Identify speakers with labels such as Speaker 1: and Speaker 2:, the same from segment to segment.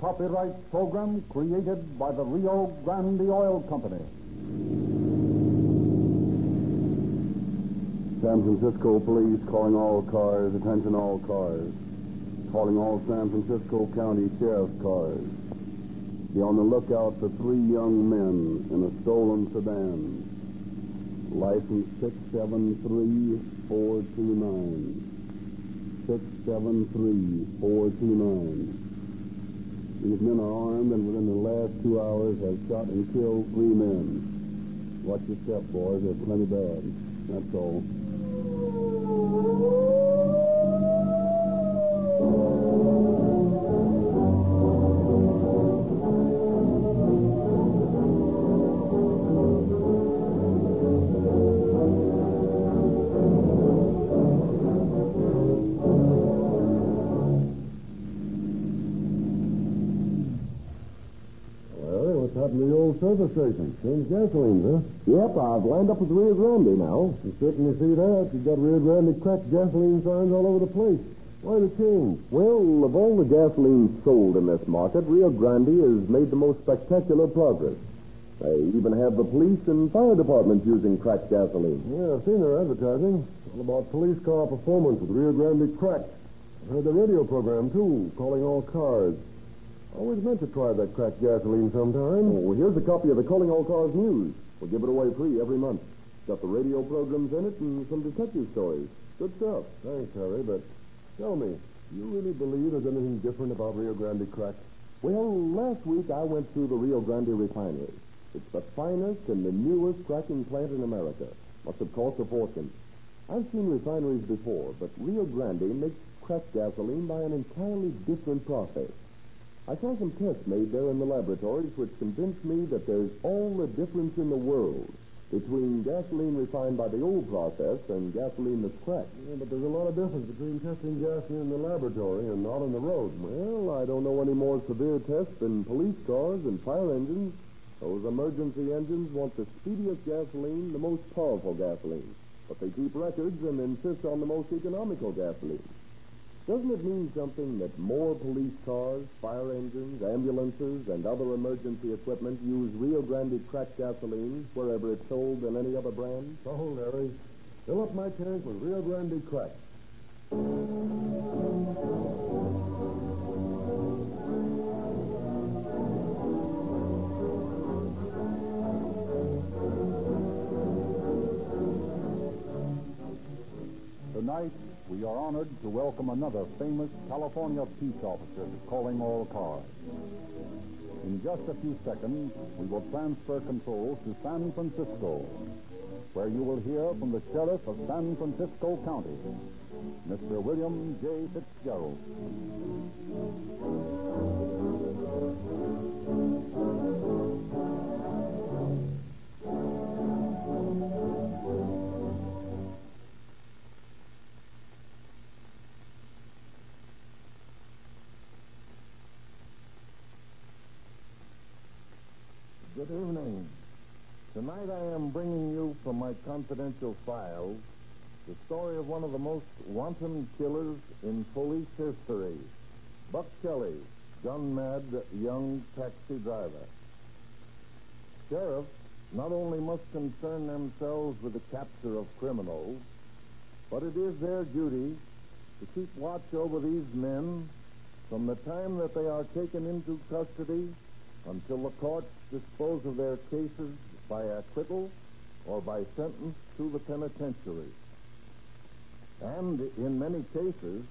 Speaker 1: copyright program created by the Rio Grande Oil Company.
Speaker 2: San Francisco police calling all cars, attention all cars. Calling all San Francisco County Sheriff's cars. Be on the lookout for three young men in a stolen sedan. License 673429. 673429. These men are armed and within the last two hours have shot and killed three men. Watch your step, boys. They're plenty bad. That's all.
Speaker 3: Well, what's happened to the old service station? Changed gasoline, huh?
Speaker 2: Yep, I've lined up with Rio Grande now.
Speaker 3: You certainly see that. You've got Rio Grande cracked gasoline signs all over the place. Why the change?
Speaker 2: Well, of all the gasoline sold in this market, Rio Grande has made the most spectacular progress. They even have the police and fire departments using cracked gasoline.
Speaker 3: Yeah, I've seen their advertising. All about police car performance with Rio Grande cracked. I heard the radio program, too, calling all cars. Always meant to try that cracked gasoline sometime.
Speaker 2: Oh, here's a copy of the Calling All Cars News. We give it away free every month. Got the radio programs in it and some detective stories. Good stuff.
Speaker 3: Thanks, Harry, but tell me, do you really believe there's anything different about Rio Grande cracked?
Speaker 2: Well, last week I went through the Rio Grande refinery. It's the finest and the newest cracking plant in America. Must have cost a fortune. I've seen refineries before, but Rio Grande makes cracked gasoline by an entirely different process. I saw some tests made there in the laboratories which convinced me that there's all the difference in the world between gasoline refined by the old process and gasoline that's cracked.
Speaker 3: Yeah, but there's a lot of difference between testing gasoline in the laboratory and not on the road.
Speaker 2: Well, I don't know any more severe tests than police cars and fire engines. Those emergency engines want the speediest gasoline, the most powerful gasoline. But they keep records and insist on the most economical gasoline. Doesn't it mean something that more police cars, fire engines, ambulances, and other emergency equipment use Rio Grande cracked gasoline wherever it's sold than any other brand?
Speaker 3: So, Larry, fill up my tank with Rio Grande cracked.
Speaker 1: Tonight, we are honored to welcome another famous California peace officer to Calling All Cars. In just a few seconds, we will transfer control to San Francisco, where you will hear from the sheriff of San Francisco County, Mr. William J. Fitzgerald.
Speaker 4: Good evening. Tonight I am bringing you from my confidential files the story of one of the most wanton killers in police history Buck Kelly, gun mad young taxi driver. Sheriffs not only must concern themselves with the capture of criminals, but it is their duty to keep watch over these men from the time that they are taken into custody until the courts dispose of their cases by acquittal or by sentence to the penitentiary. And in many cases,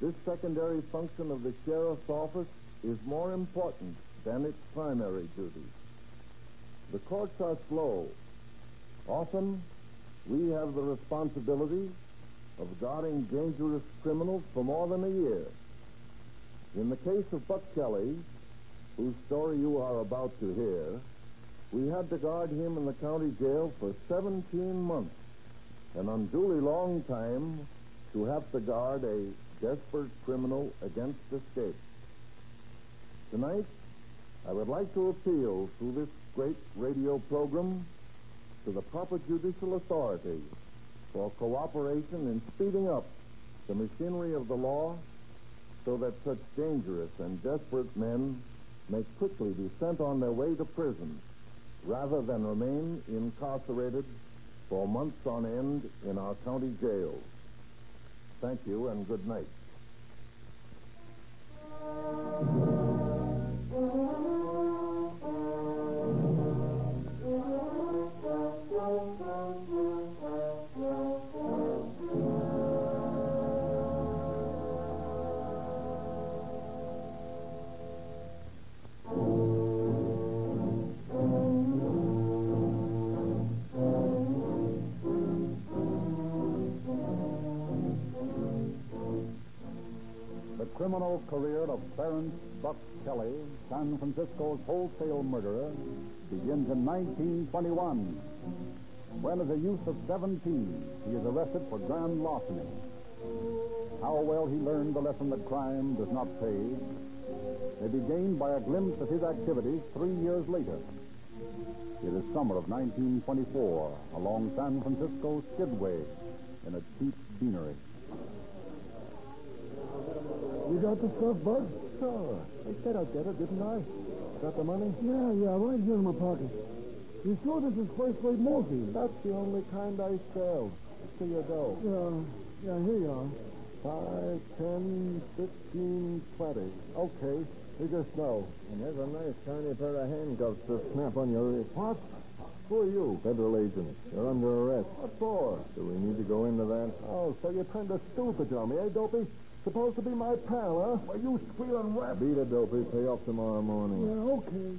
Speaker 4: this secondary function of the sheriff's office is more important than its primary duty. The courts are slow. Often, we have the responsibility of guarding dangerous criminals for more than a year. In the case of Buck Kelly, whose story you are about to hear, we had to guard him in the county jail for 17 months, an unduly long time to have to guard a desperate criminal against escape. Tonight, I would like to appeal through this great radio program to the proper judicial authority for cooperation in speeding up the machinery of the law
Speaker 3: so that such dangerous and desperate men may quickly be sent on their way to prison rather than remain incarcerated for months on end in our county jails. Thank you and good night.
Speaker 2: The criminal career of Clarence Buck Kelly, San Francisco's wholesale murderer, begins in 1921 when, as a youth of 17, he is arrested for grand larceny. How well he learned the lesson that crime does not pay may be gained by a glimpse of his activities three years later. It is summer of 1924 along San Francisco's Skidway in a cheap beanery.
Speaker 5: You got the stuff, Bud?
Speaker 6: Sure. I said I'd get it, didn't I? Got the money?
Speaker 5: Yeah, yeah, right here in my pocket. You sure this is first rate morphine?
Speaker 6: That's the only kind I sell. To your dough.
Speaker 5: Yeah, yeah, here you are.
Speaker 6: Five, ten, fifteen, twenty. Okay. You just know.
Speaker 3: And there's a nice tiny pair of handcuffs to snap on your wrist.
Speaker 6: What?
Speaker 3: Who are you? Federal agent. You're under arrest.
Speaker 6: What for?
Speaker 3: Do we need to go into that?
Speaker 6: Oh, so you're trying to stupid on me, eh, Dopey? Supposed to be my pal, huh?
Speaker 5: Are you squealing rap?
Speaker 3: Beat it, Dopey. Pay off tomorrow morning.
Speaker 5: Yeah, okay.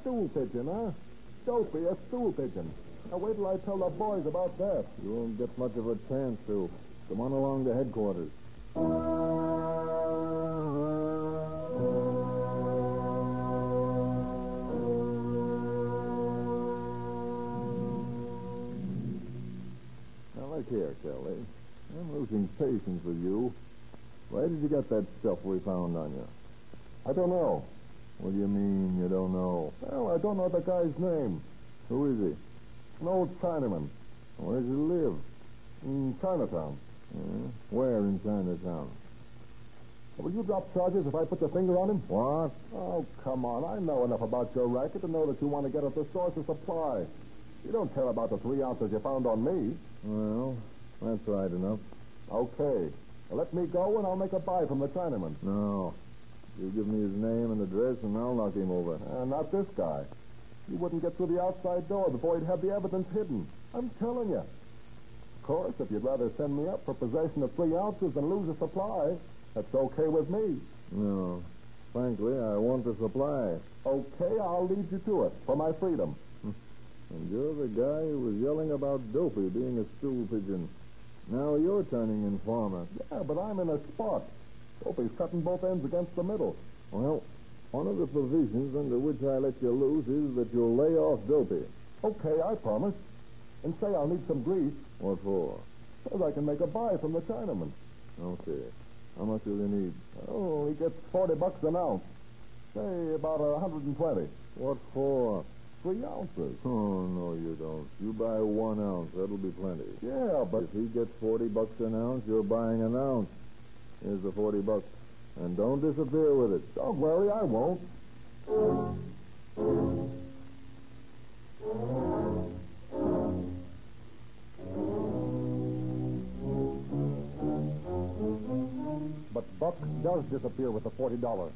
Speaker 6: Stool pigeon, huh? Dopey, a stool pigeon. Now wait till I tell the boys about that.
Speaker 3: You won't get much of a chance to. Come on along to headquarters. Now, look here, Kelly. I'm losing patience with you. Where did you get that stuff we found on you?
Speaker 6: I don't know.
Speaker 3: What do you mean you don't know?
Speaker 6: Well, I don't know the guy's name.
Speaker 3: Who is he?
Speaker 6: An old Chinaman
Speaker 3: Where does he live?
Speaker 6: in Chinatown.
Speaker 3: Yeah. Where in Chinatown?
Speaker 6: Will you drop charges if I put the finger on him?
Speaker 3: What?
Speaker 6: Oh, come on. I know enough about your racket to know that you want to get at the source of supply. You don't care about the three ounces you found on me.
Speaker 3: Well, that's right enough.
Speaker 6: Okay. Now let me go, and I'll make a buy from the Chinaman.
Speaker 3: No. You give me his name and address, and I'll knock him over.
Speaker 6: Uh, not this guy. You wouldn't get through the outside door before he'd have the evidence hidden. I'm telling you. Of course, if you'd rather send me up for possession of three ounces than lose a supply, that's okay with me.
Speaker 3: No. Frankly, I want the supply.
Speaker 6: Okay, I'll lead you to it for my freedom.
Speaker 3: And you're the guy who was yelling about Dopey being a stool pigeon. Now you're turning informer.
Speaker 6: Yeah, but I'm in a spot. Dopey's cutting both ends against the middle.
Speaker 3: Well, one of the provisions under which I let you loose is that you'll lay off Dopey.
Speaker 6: Okay, I promise. And say I'll need some grease
Speaker 3: What for?
Speaker 6: so that I can make a buy from the Chinaman.
Speaker 3: Okay. How much will you need?
Speaker 6: Oh, he gets 40 bucks an ounce. Say, about a 120.
Speaker 3: What for?
Speaker 6: Three ounces.
Speaker 3: Oh, no, you don't. You buy one ounce. That'll be plenty.
Speaker 6: Yeah, but...
Speaker 3: If he gets 40 bucks an ounce, you're buying an ounce. Here's the 40 bucks. And don't disappear with it.
Speaker 6: Don't worry, I won't.
Speaker 2: But Buck does disappear with the $40.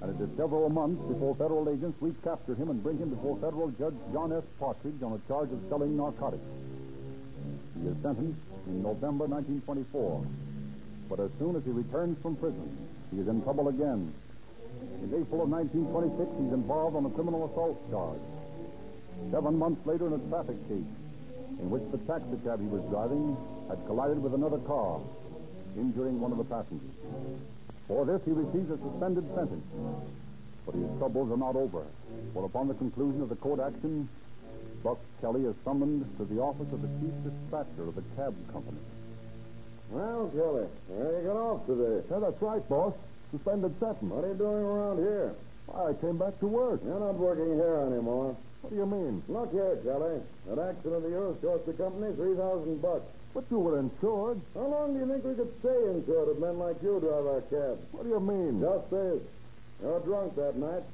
Speaker 2: And it is several months before federal agents recapture him and bring him before federal judge John S. Partridge on a charge of selling narcotics. He is sentenced in November 1924. But as soon as he returns from prison, he is in trouble again. In April of 1926, he's involved on a criminal assault charge. Seven months later, in a traffic case, in which the taxicab he was driving had collided with another car, injuring one of the passengers. For this, he receives a suspended sentence. But his troubles are not over, for upon the conclusion of the court action, Buck Kelly is summoned to the office of the chief dispatcher of the cab company.
Speaker 3: Well, Kelly, where you got off today?
Speaker 6: Yeah, that's right, boss. Suspended sentence.
Speaker 3: What are you doing around here?
Speaker 6: Why, I came back to work.
Speaker 3: You're not working here anymore.
Speaker 6: What do you mean?
Speaker 3: Look here, Kelly. That accident of yours cost the company 3000 bucks.
Speaker 2: But you were insured.
Speaker 3: How long do you think we could stay insured if men like you drive our cab?
Speaker 2: What do you mean?
Speaker 3: Just this. You're drunk that night.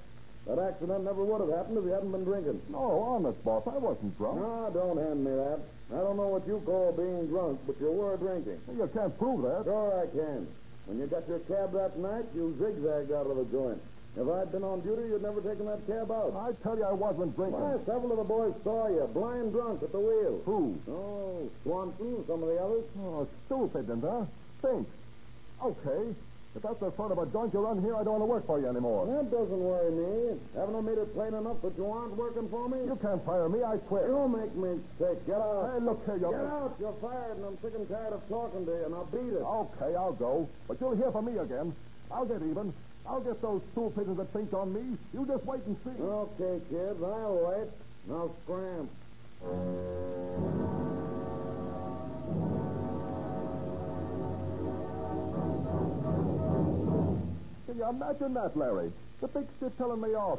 Speaker 3: That accident never would have happened if you hadn't been drinking.
Speaker 2: No, honest, boss. I wasn't drunk.
Speaker 3: Ah, don't hand me that. I don't know what you call being drunk, but you were drinking.
Speaker 2: Well, You can't prove that.
Speaker 3: Sure I can. When you got your cab that night, you zigzagged out of the joint. If I'd been on duty, you'd never taken that cab out.
Speaker 2: I tell you, I wasn't drinking.
Speaker 3: Why, several of the boys saw you, blind drunk at the wheel.
Speaker 2: Who?
Speaker 3: Oh, Swanson and some of the others.
Speaker 2: Oh, stupid, and huh? Think. Okay. If that's the sort of a junk you run here, I don't want to work for you anymore.
Speaker 3: That doesn't worry me. Haven't I made it plain enough that you aren't working for me?
Speaker 2: You can't fire me. I quit.
Speaker 3: You make me sick. Get out.
Speaker 2: Hey, look here, you.
Speaker 3: Get out. You're fired, and I'm sick and tired of talking to you, and I'll beat it.
Speaker 2: Okay, I'll go. But you'll hear from me again. I'll get even. I'll get those stool pigeons that think on me. You just wait and see.
Speaker 3: Okay, kids, I'll wait. Now scram.
Speaker 2: Can you imagine that, Larry? The big shit telling me off,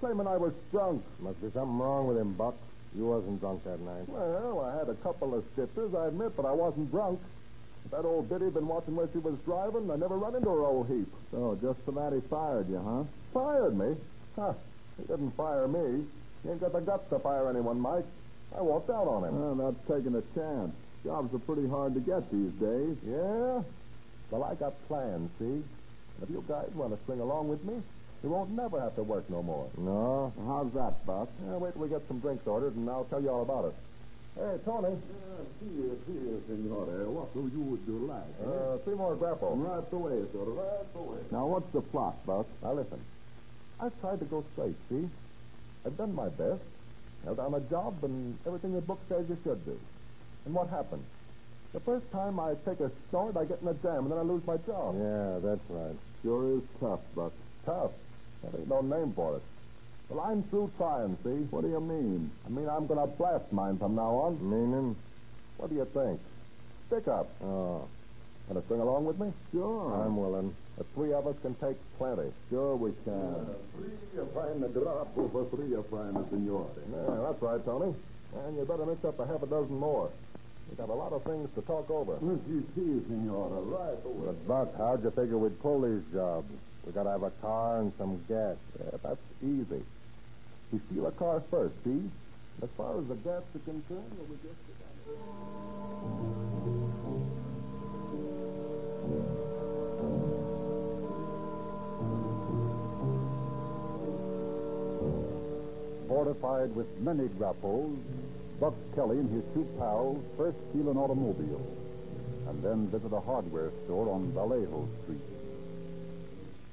Speaker 2: claiming I was drunk.
Speaker 7: Must be something wrong with him, Buck. You wasn't drunk that night.
Speaker 2: Well, I had a couple of stiffers, I admit, but I wasn't drunk. If That old biddy been watching where she was driving. I never run into her old heap.
Speaker 7: So, just for that, he fired you, huh?
Speaker 2: Fired me? Huh. He didn't fire me. He ain't got the guts to fire anyone, Mike. I walked out on him.
Speaker 7: Well, that's taking a chance. Jobs are pretty hard to get these days.
Speaker 2: Yeah? Well, I got plans, see? If you guys want to string along with me, you won't never have to work no more.
Speaker 7: No? How's that, Buck?
Speaker 2: Yeah, wait till we get some drinks ordered, and I'll tell you all about it. Hey, Tony.
Speaker 3: Uh, Here, here, senora. What do you would you like? Uh,
Speaker 2: Uh, three more grapple.
Speaker 3: Right away, sir. Right away.
Speaker 7: Now, what's the plot, Buck?
Speaker 2: Now, listen. I've tried to go straight, see? I've done my best. Held down a job and everything the book says you should do. And what happened? The first time I take a snort, I get in a jam, and then I lose my job.
Speaker 7: Yeah, that's right. Sure is tough, Buck.
Speaker 2: Tough. That ain't no name for it. Well, I'm through trying, see?
Speaker 7: What do you mean?
Speaker 2: I mean, I'm going to blast mine from now on.
Speaker 7: Meaning?
Speaker 2: What do you think? Stick up.
Speaker 7: Oh,
Speaker 2: Want to sing along with me?
Speaker 7: sure. I'm willing.
Speaker 2: The three of us can take plenty.
Speaker 7: Sure we can.
Speaker 3: Uh, Free find a drop for free find a senora.
Speaker 2: Yeah, that's right, Tony. And you better mix up a half a dozen more. We got a lot of things to talk over.
Speaker 3: You see, senora. Right away.
Speaker 7: But, Buck, how'd you figure we'd pull these jobs? We gotta have a car and some gas.
Speaker 2: Yeah, that's easy. We steal a car first, see? As far as the gas is concerned, well, we just...
Speaker 6: Fortified with many grapples, Buck Kelly and his two pals first steal an automobile and then visit a hardware store on Vallejo Street.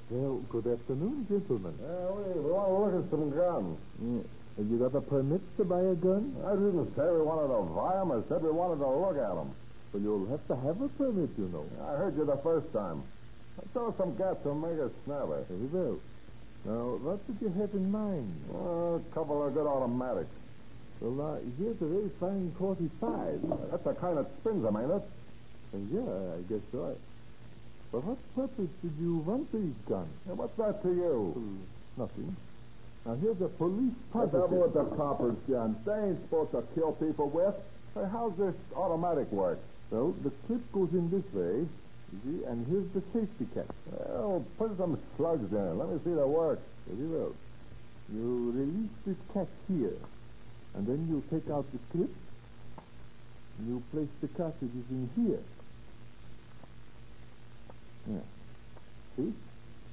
Speaker 8: Well, good afternoon, gentlemen.
Speaker 2: Yeah, we, we want to look at some guns.
Speaker 8: Have you got the permits to buy a gun?
Speaker 2: I didn't say we wanted to buy 'em. I said we wanted to look at 'em.
Speaker 8: Well, you'll have to have a permit, you know.
Speaker 2: I heard you the first time. Let's throw some gas to make us snapper.
Speaker 8: Very well. Now, what did you have in mind?
Speaker 2: Uh, a couple of good automatics.
Speaker 8: Well, uh, here's a very fine 45.
Speaker 2: That's the kind that spins 'em, ain't it?
Speaker 8: Uh, yeah, I guess so. For what purpose did you want these guns?
Speaker 2: Yeah, what's that to you? Hmm.
Speaker 8: Nothing. Now, here's a police
Speaker 2: What's up
Speaker 8: positive.
Speaker 2: with the coppers, guns? They ain't supposed to kill people with. Hey, how's this automatic work?
Speaker 8: Well, the clip goes in this way, you see, and here's the safety catch.
Speaker 2: Well, put some slugs in. Let me see the work.
Speaker 8: Very well. You release this catch here, and then you take out the clip, and you place the cartridges in here. Yeah. See?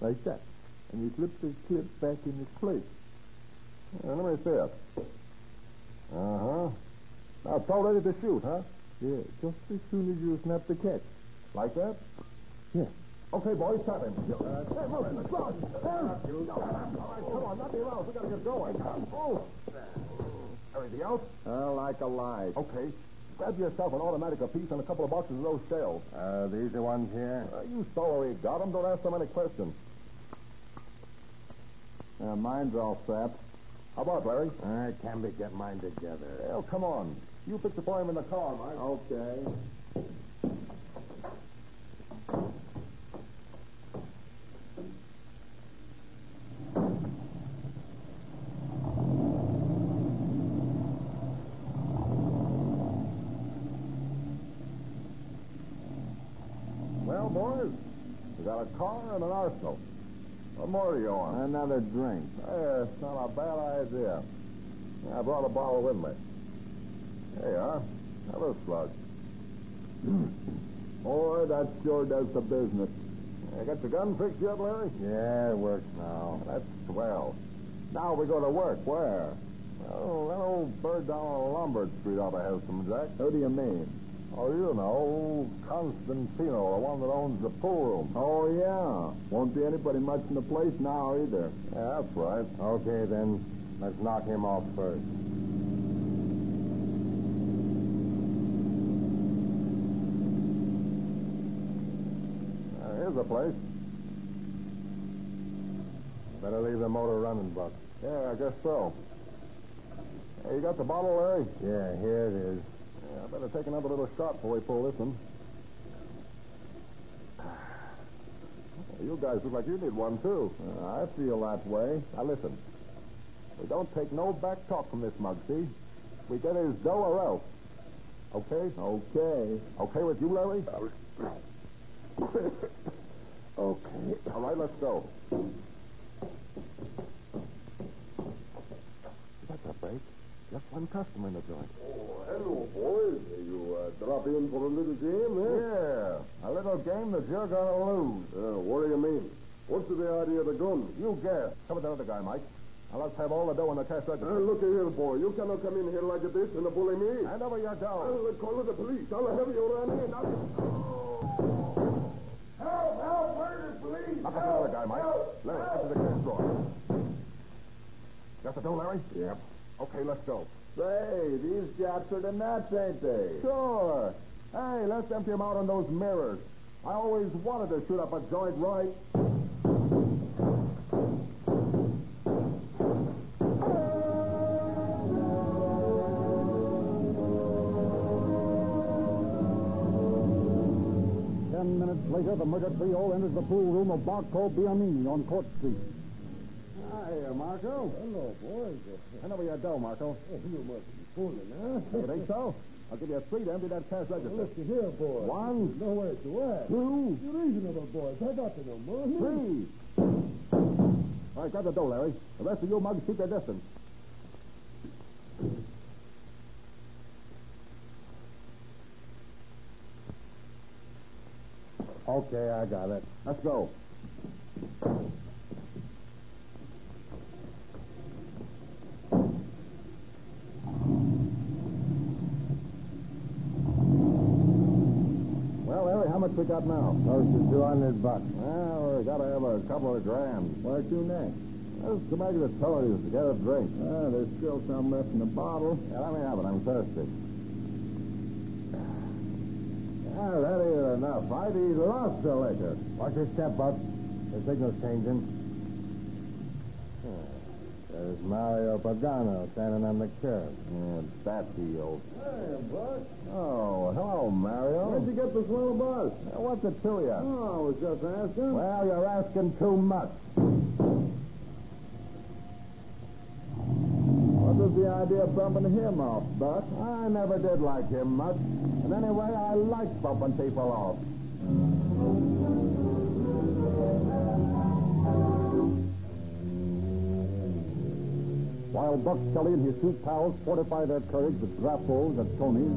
Speaker 8: Like that. And you clip the clip back in its place.
Speaker 2: Yeah, let me see it. Uh huh. Now it's all ready to shoot, huh?
Speaker 8: Yeah, just as soon as you snap the catch.
Speaker 2: Like that?
Speaker 8: Yeah. Uh,
Speaker 2: Okay, boys, stop him. hey, move it. Slow. All right, come on. Not be loud. We gotta get going. Oh. Anything else?
Speaker 7: Uh, like a lie.
Speaker 2: Okay. Grab yourself an automatic apiece and a couple of boxes of those shells.
Speaker 7: Uh, these the ones here?
Speaker 2: Uh, you saw where he got 'em. Don't ask so many questions.
Speaker 7: Uh, mine's all sapped.
Speaker 2: How about Larry?
Speaker 7: I can't be get mine together.
Speaker 2: Well, come on. You fix it for him in the car, Mike.
Speaker 7: Okay.
Speaker 2: boys? We got a car and an arsenal. What more do you want?
Speaker 9: Another drink.
Speaker 2: Hey, it's not a bad idea. I brought a bottle with me. There you are. Have a slug.
Speaker 10: Boy, that sure does the business.
Speaker 2: I got the gun fixed yet, Larry?
Speaker 9: Yeah, it works now.
Speaker 2: That's swell. Now we go to work. Where? Oh, that old bird down on Lombard Street ought to have some, Jack.
Speaker 9: How do you mean?
Speaker 2: Oh, you know, Constantino, the one that owns the pool room.
Speaker 9: Oh, yeah. Won't be anybody much in the place now either.
Speaker 2: Yeah, that's right.
Speaker 9: Okay, then. Let's knock him off first.
Speaker 2: Uh, here's the place.
Speaker 9: Better leave the motor running, Buck.
Speaker 2: Yeah, I guess so. Hey, you got the bottle, Larry?
Speaker 9: Yeah, here it is.
Speaker 2: Yeah, I better take another little shot before we pull this one. You guys look like you need one, too.
Speaker 9: Uh, I feel that way.
Speaker 2: Now, listen. We don't take no back talk from this mug, see? We get his dough or else. Okay?
Speaker 9: Okay.
Speaker 2: Okay with you, Larry?
Speaker 9: Okay.
Speaker 2: All right, let's go.
Speaker 9: That's a break. Just one customer in the joint.
Speaker 11: Oh, hello, boys. You uh, drop in for a little game, eh?
Speaker 2: Yeah, a little game that you're going to lose.
Speaker 11: Uh, what do you mean? What's the idea of the gun?
Speaker 2: You guess. Come with that other guy, Mike. Now, let's have all the dough in the cash
Speaker 11: Uh,
Speaker 2: register.
Speaker 11: look here, boy. You cannot come in here like this and bully me.
Speaker 2: Hand over your dough.
Speaker 11: I'll call the police. I'll have you run in. I'll... Help! Help! Murder! Police!
Speaker 2: Knock up another guy, Mike.
Speaker 11: Help!
Speaker 2: Larry,
Speaker 11: Help!
Speaker 2: get to the cash drawer. Got the dough, Larry?
Speaker 9: Yep.
Speaker 2: Okay, let's go.
Speaker 9: Say, these jocks are the nuts, ain't they?
Speaker 2: Sure. Hey, let's empty them out on those mirrors. I always wanted to shoot up a joint right.
Speaker 12: Ten minutes later, the murder trio enters the pool room of Barco Bianini on Court Street.
Speaker 11: uh,
Speaker 12: Hi, Marco.
Speaker 10: Hello, boys.
Speaker 12: Hand over your dough, Marco.
Speaker 10: You must be fooling, huh?
Speaker 2: You think so? I'll give you a three to empty that cash register.
Speaker 10: Listen here, boys.
Speaker 2: One,
Speaker 10: No way to ask.
Speaker 2: two,
Speaker 10: You're reasonable, boys. I got to know more.
Speaker 2: three. All right, grab the dough, Larry. The rest of you mugs keep their distance.
Speaker 9: Okay, I got it.
Speaker 2: Let's go. Well, Larry, how much we got now?
Speaker 9: Close to 200 bucks.
Speaker 2: Well, we gotta have a couple of grand.
Speaker 9: Where to next?
Speaker 2: Let's go back to the Tony's to get a drink.
Speaker 9: Ah, there's still some left in the bottle.
Speaker 2: Yeah, let me have it. I'm thirsty. Yeah, that ain't enough. I'd eat lots of liquor.
Speaker 9: Watch your step, Buck. The signal's changing. Ah, There's Mario Pagano standing on the curb.
Speaker 2: Yeah, that's the old.
Speaker 10: Hey, Buck.
Speaker 2: Oh, hello, Mario.
Speaker 10: Where'd you get this little bus?
Speaker 2: Uh, What's it to you?
Speaker 10: Oh, I was just asking.
Speaker 2: Well, you're asking too much.
Speaker 9: What was the idea of bumping him off, Buck?
Speaker 2: I never did like him much. And anyway, I like bumping people off.
Speaker 12: While Buck Kelly and his two pals fortify their courage with grapples at Tony's,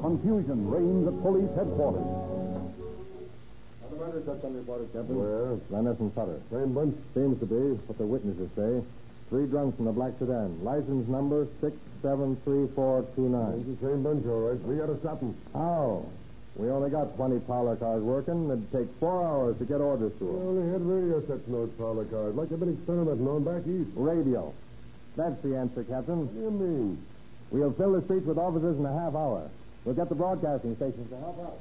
Speaker 12: confusion reigns at police headquarters.
Speaker 10: What the matter, Captain?
Speaker 9: Well, Lennis and Sutter.
Speaker 11: Same bunch.
Speaker 9: Seems to be what the witnesses say. Three drunks in the black sedan. License number six seven three four two
Speaker 11: It's
Speaker 9: nine.
Speaker 11: the same bunch, all right. We gotta stop them.
Speaker 9: How? We only got twenty parlor cars working. It'd take four hours to get orders to them.
Speaker 11: Well, they had radio sets in those parlor cars, like they've been experimenting on back east.
Speaker 9: Radio. That's the answer, Captain.
Speaker 11: What do you mean?
Speaker 9: We'll fill the streets with officers in a half hour. We'll get the broadcasting stations to help out.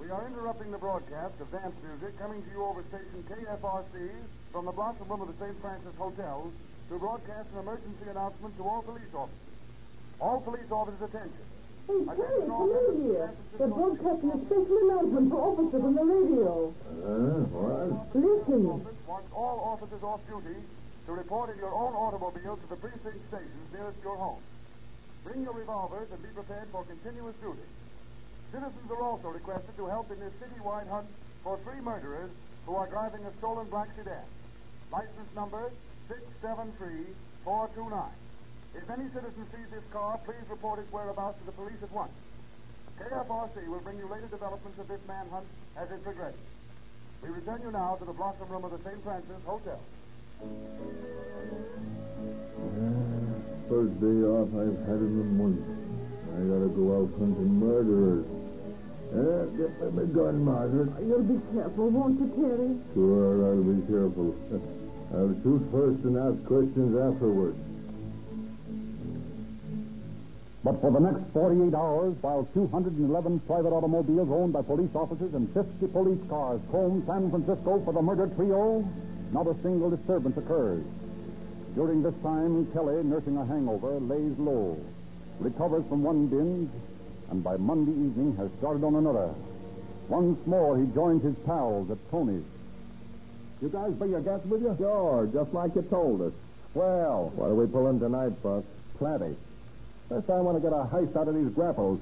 Speaker 3: We are interrupting the broadcast of dance music coming to you over station KFRC from the Blossom Room of the St. Francis Hotel to broadcast an emergency announcement to all police officers. All police officers, attention.
Speaker 13: Hey, Jerry, come in here. They're broadcasting a special announcement for officers on the radio.
Speaker 11: Uh,
Speaker 13: Listen.
Speaker 3: Office wants all officers off duty to report in your own automobile to the precinct stations nearest your home. Bring your revolvers and be prepared for continuous duty. Citizens are also requested to help in this citywide hunt for three murderers who are driving a stolen black sedan. License number 673429. If any citizen sees this car, please report its whereabouts to the police at once. KFRC will bring you later developments of this manhunt as it progresses. We return you now to the Blossom Room of the St. Francis Hotel.
Speaker 14: First day off I've had in a month. I gotta go out hunting murderers. Uh, get me my gun, Margaret.
Speaker 15: Oh, You'll be careful, won't you, Terry?
Speaker 14: Sure, I'll be careful. I'll shoot first and ask questions afterwards.
Speaker 16: But for the next 48 hours, while 211 private automobiles owned by police officers and 50 police cars comb San Francisco for the murder trio, not a single disturbance occurs. During this time, Kelly, nursing a hangover, lays low, recovers from one binge, and by Monday evening has started on another. Once more, he joins his pals at Tony's.
Speaker 2: You guys bring your guests with you?
Speaker 17: Sure, just like you told us.
Speaker 2: Well,
Speaker 17: what are we pulling tonight, Buck?
Speaker 2: Plenty. First, I want to get a heist out of these grapples.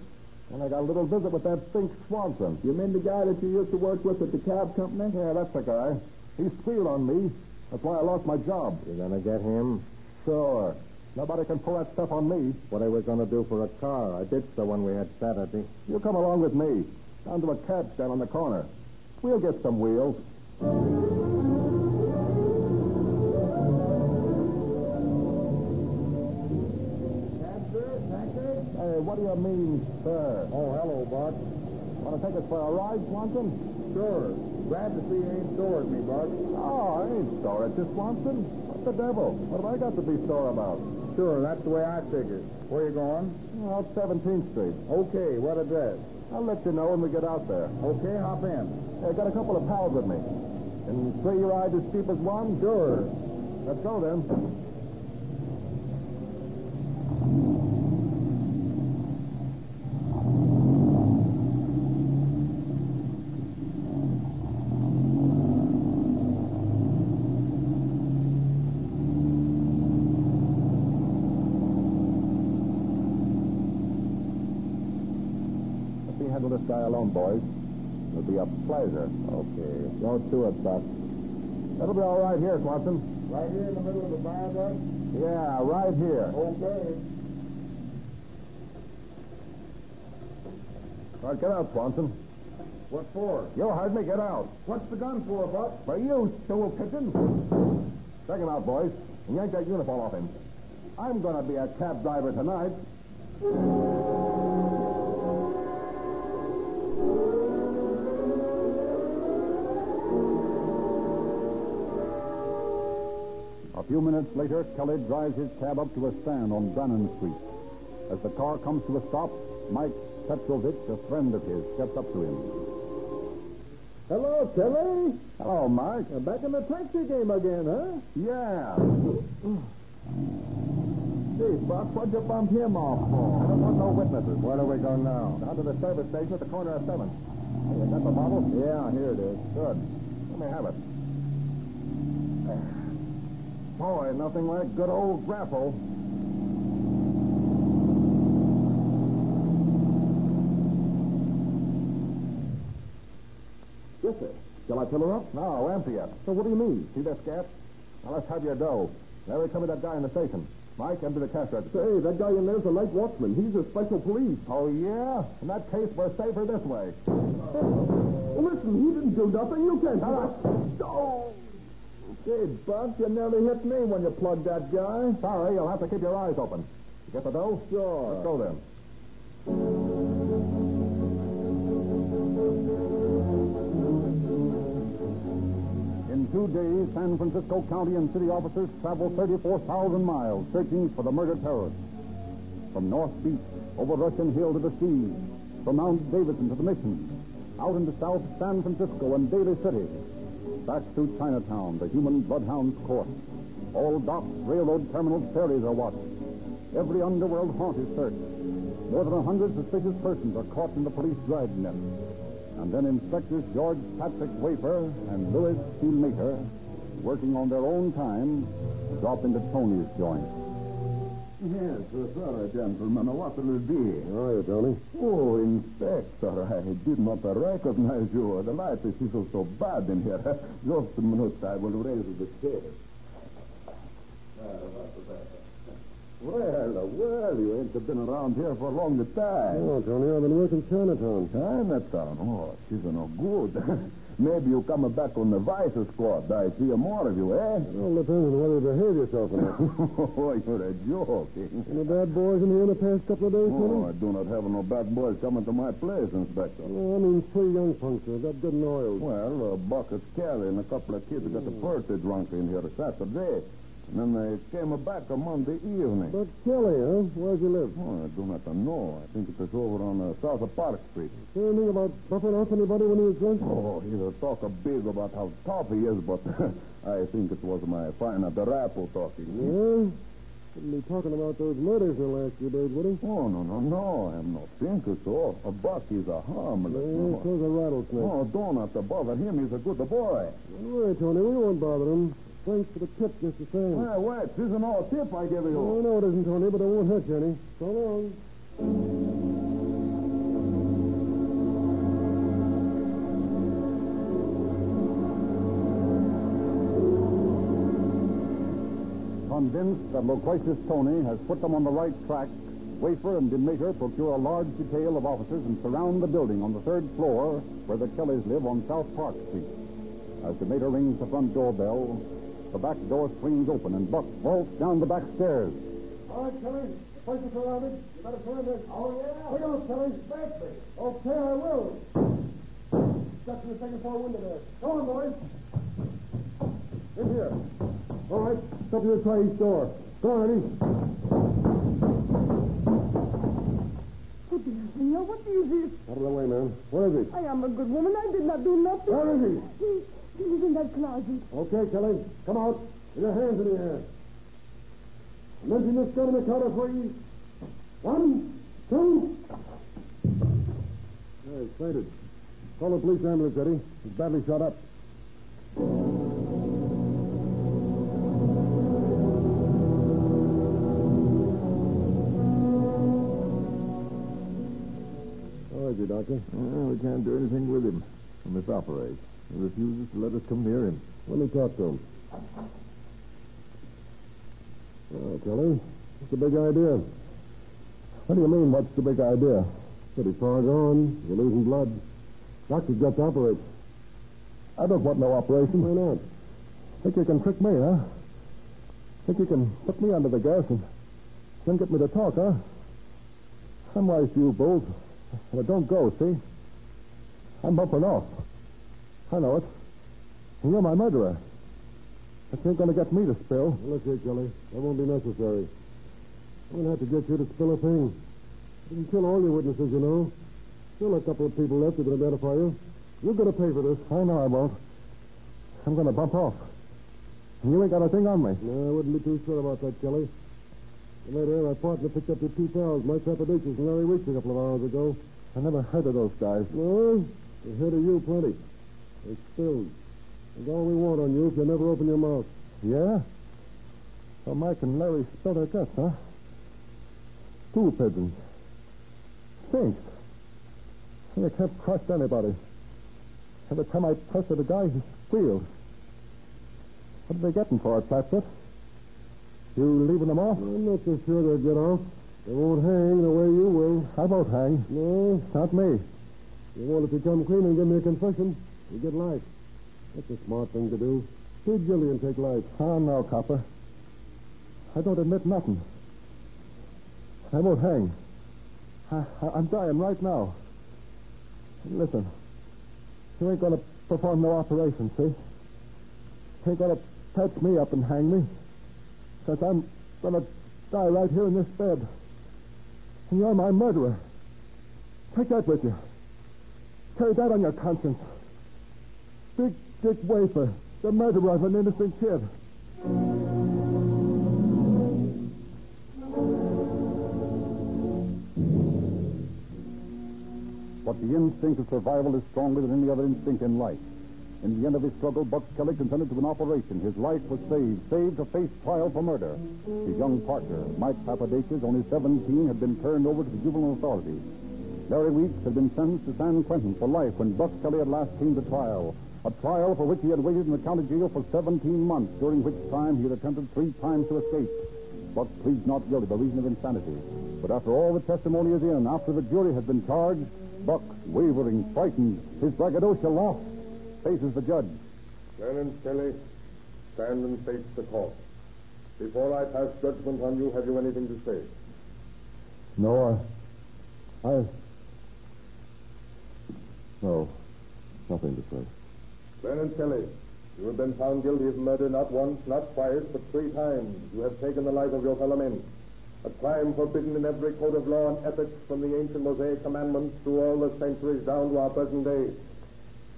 Speaker 2: And I got a little visit with that Fink Swanson.
Speaker 17: You mean the guy that you used to work with at the cab company?
Speaker 2: Yeah, that's the guy. He squealed on me. That's why I lost my job.
Speaker 17: You're going to get him?
Speaker 2: Sure. Nobody can pull that stuff on me.
Speaker 17: What are we going to do for a car? I ditched the one we had Saturday.
Speaker 2: You come along with me. Down to a cab stand on the corner. We'll get some wheels. Hey, what do you mean, sir?
Speaker 17: Oh, hello, Buck.
Speaker 2: Want to take us for a ride, Swanson?
Speaker 17: Sure. Glad to see you ain't sore at me, Buck.
Speaker 2: Oh, I ain't sore at you, Swanson. What the devil? What have I got to be sore about?
Speaker 17: Sure, that's the way I figured. Where you going?
Speaker 2: Out oh, 17th Street.
Speaker 17: Okay, what address?
Speaker 2: I'll let you know when we get out there.
Speaker 17: Okay, hop in.
Speaker 2: Hey, I got a couple of pals with me. And three rides as cheap as one?
Speaker 17: Sure.
Speaker 2: Let's go then. this guy alone, boys. It'll be a pleasure.
Speaker 17: Okay.
Speaker 2: Don't do it, Buck. That'll be all right here, Swanson.
Speaker 17: Right here in the middle of the bar, Buck?
Speaker 2: Yeah, right here.
Speaker 17: Okay.
Speaker 2: All right, get out, Swanson.
Speaker 17: What for?
Speaker 2: You heard me. Get out.
Speaker 17: What's the gun for, Buck?
Speaker 2: For you, stool pigeon. Check him out, boys. And yank that uniform off him. I'm going to be a cab driver tonight.
Speaker 16: A few minutes later, Kelly drives his cab up to a stand on Brannan Street. As the car comes to a stop, Mike Petrovich, a friend of his, steps up to him.
Speaker 18: Hello, Kelly.
Speaker 2: Hello, Mike.
Speaker 18: You're back in the taxi game again, huh?
Speaker 2: Yeah.
Speaker 17: Hey, Buck, what'd you bump him off for?
Speaker 2: I don't want no witnesses.
Speaker 17: Where do we go now?
Speaker 2: Down to the service station at the corner of 7th. Hey, you got the bottle?
Speaker 17: Yeah, here it is.
Speaker 2: Good. Let me have it. Boy, nothing like good old grapple.
Speaker 17: Yes, sir. Shall I fill her up?
Speaker 2: No, empty it.
Speaker 17: So what do you mean?
Speaker 2: See this cat? Now let's have your dough. Larry, come with that guy in the station. Mike, empty the cash register.
Speaker 17: Hey, that guy in there's a late watchman. He's a special police.
Speaker 2: Oh, yeah? In that case, we're safer this way.
Speaker 17: Hey, listen, he didn't do nothing. You can't...
Speaker 2: Shut Oh!
Speaker 17: Say, Buck, you nearly hit me when you plugged that guy.
Speaker 2: Sorry, you'll have to keep your eyes open. You get the dough?
Speaker 17: Sure.
Speaker 2: Let's go then.
Speaker 16: In two days, San Francisco County and city officers travel 34,000 miles searching for the murdered terrorist. From North Beach, over Russian Hill to the sea, from Mount Davidson to the Mission, out into South San Francisco and Daly City, back through Chinatown, the human bloodhound's court. All docks, railroad terminals, ferries are watched. Every underworld haunt is searched. More than a hundred suspicious persons are caught in the police drag net. And then inspectors George Patrick Wafer and Louis C. Maker, working on their own time, drop into Tony's joint.
Speaker 2: Yes, uh, sorry, gentlemen. What will it be?
Speaker 3: How are you, Tony?
Speaker 2: Oh, Inspector, I did not recognize you. The light is still so bad in here. Just a minute, I will raise the stairs. Uh, well, uh, well, you ain't been around here for a long time.
Speaker 3: No, Tony, I've been working Chinatown.
Speaker 2: Chinatown? Oh, she's no good. Maybe you come back on the vice squad. I see more of you, eh?
Speaker 3: It all depends on whether you behave yourself or not.
Speaker 2: oh, you're a joke.
Speaker 3: Any bad boys in here in the past couple of days,
Speaker 2: Oh, I do not have no bad boys coming to my place, Inspector.
Speaker 3: No, I mean three young punks that got good and oiled.
Speaker 2: Well, a bucket Kelly and a couple of kids got the party drunk in here Saturday. And then they came back on Monday evening.
Speaker 3: But Kelly, huh? Where'd you live?
Speaker 2: Oh, I do not know. I think it was over on uh, South of Park Street.
Speaker 3: Say anything about buffing off anybody when he was drunk?
Speaker 2: Oh, he'll talk a big about how tough he is, but I think it was my fine at the Rapple talking.
Speaker 3: Yeah? Shouldn't be talking about those murders in the last few days, would he?
Speaker 2: Oh, no, no, no. I'm not thinking so. A buck is a harmless.
Speaker 3: Yeah,
Speaker 2: no.
Speaker 3: so's a rattlesnake.
Speaker 2: Oh, don't have to bother him. He's a good boy.
Speaker 3: Don't worry, Tony. We won't bother him. Thanks for the tip just the same.
Speaker 2: Hey, wait. This is not a tip I give you.
Speaker 3: Oh, no, it isn't, Tony, but it won't hurt you any. So long.
Speaker 19: Convinced that loquacious Tony has put them on the right track, Wafer and Demeter procure a large detail of officers and surround the building on the third floor where the Kellys live on South Park Street. As Demeter rings the front doorbell, the back door swings open and Buck vaults down the back stairs.
Speaker 20: All right, Kelly. The place is surrounded. You better surrender.
Speaker 21: Oh, yeah?
Speaker 20: Take a look, Kelly. Back me. Okay, I will. Stuck to the second floor window there. Come on, boys.
Speaker 3: In here. All right. Step to the try each door. Go on, Eddie.
Speaker 13: Good Leo, what is this?
Speaker 3: Out of the way, man. What is it?
Speaker 13: I am a good woman. I did not do nothing.
Speaker 3: Where is he?
Speaker 13: He, he is in that closet.
Speaker 3: Okay, Kelly. Come out. With your hands in the air. Mention this gun on the counter for you. One, two. Hey, fainted. Call the police ambulance, Eddie. He's badly shot up. How is he, Doctor?
Speaker 22: Well, we can't do anything with him. We must operate. He refuses to let us come near him.
Speaker 3: Let me talk to him. Well,
Speaker 6: Uh,
Speaker 3: Kelly, what's the big idea?
Speaker 6: What do you mean, what's the big idea?
Speaker 3: Pretty far gone. You're losing blood. Doctor's got to operate.
Speaker 6: I don't want no operation.
Speaker 3: Why not?
Speaker 6: Think you can trick me, huh? Think you can put me under the gas and then get me to talk, huh? I'm wise to you both, and it don't go, see? I'm bumping off. I know it. And you're my murderer. But you ain't going to get me to spill.
Speaker 3: Well, look here, Kelly. That won't be necessary. I won't have to get you to spill a thing. You can kill all your witnesses, you know. Still a couple of people left who can identify you. You're going to pay for this.
Speaker 6: I know I won't. I'm going to bump off. And you ain't got a thing on me.
Speaker 3: No, I wouldn't be too sure about that, Kelly. Later, my partner picked up your two pals, Mike Papadakis and Larry Weeks, a couple of hours ago.
Speaker 6: I never heard of those guys.
Speaker 3: No? They heard of you plenty. They spilled. That's all we want on you if you never open your mouth.
Speaker 6: Yeah? Well, Mike and Larry spilled their guts, huh? Two pigeons. Stinks. You can't trust anybody. Every time I trusted a guy, he squealed. What are they getting for it, Flatfoot? You leaving them off?
Speaker 3: I'm not so sure they'll get off. They won't hang the way you will.
Speaker 6: I won't hang.
Speaker 3: No?
Speaker 6: Not me.
Speaker 3: You won't if you come clean and give me a confession. You get life. That's a smart thing to do. Plead guilty and take life.
Speaker 6: Oh, no, Copper. I don't admit nothing. I won't hang. I, I, am dying right now. Listen, you ain't going to perform no operation, see? You ain't going to patch me up and hang me. Because I'm going to die right here in this bed. And you're my murderer. Take that with you. Carry that on your conscience. Big Dick Wafer, the murderer of an innocent kid.
Speaker 19: But the instinct of survival is stronger than any other instinct in life.
Speaker 2: In the end of his struggle, Buck Kelly consented to an operation. His life was saved, saved to face trial for murder. His young partner, Mike Papadakis, only 17, had been turned over to the juvenile authorities. Larry Weeks had been sentenced to San Quentin for life when Buck Kelly at last came to trial. A trial for which he had waited in the county jail for 17 months, during which time he had attempted three times to escape. Buck pleads not guilty by reason of insanity. But after all the testimony is in, after the jury has been charged, Buck, wavering, frightened, his braggadocio lost, faces the judge.
Speaker 3: Clarence Kelly, stand and face the court. Before I pass judgment on you, have you anything to say?
Speaker 23: No, I. I. No, nothing to say.
Speaker 3: Clarence Kelly, you have been found guilty of murder not once, not twice, but three times. You have taken the life of your fellow men. A crime forbidden in every code of law and ethics from the ancient Mosaic commandments through all the centuries down to our present day.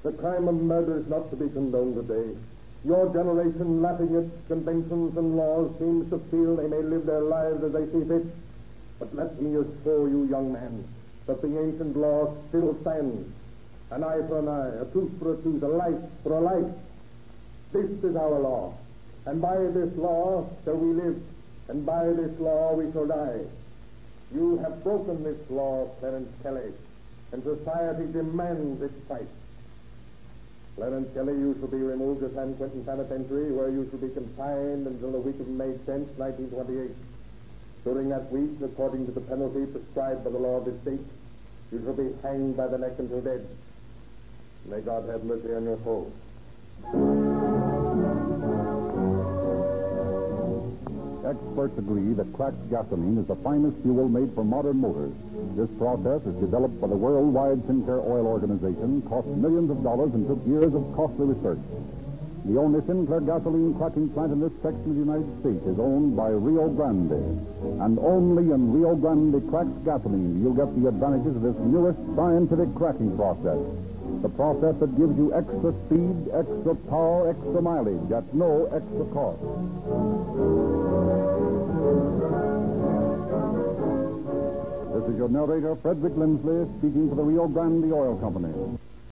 Speaker 3: The crime of murder is not to be condoned today. Your generation, lapping its conventions and laws, seems to feel they may live their lives as they see fit. But let me assure you, young man, that the ancient law still stands. An eye for an eye, a tooth for a tooth, a life for a life. This is our law. And by this law shall we live, and by this law we shall die. You have broken this law, Clarence Kelly, and society demands its fight. Clarence Kelly, you shall be removed to San Quentin Penitentiary, where you shall be confined until the week of May 10th, 1928. During that week, according to the penalty prescribed by the law of the state, you shall be hanged by the neck until dead. May God have mercy on your soul.
Speaker 2: Experts agree that cracked gasoline is the finest fuel made for modern motors. This process is developed by the worldwide Sinclair Oil Organization, cost millions of dollars, and took years of costly research. The only Sinclair gasoline cracking plant in this section of the United States is owned by Rio Grande. And only in Rio Grande cracked gasoline you'll get the advantages of this newest scientific cracking process. The process that gives you extra speed, extra power, extra mileage at no extra cost. This is your narrator, Frederick Lindsley, speaking for the Rio Grande Oil Company.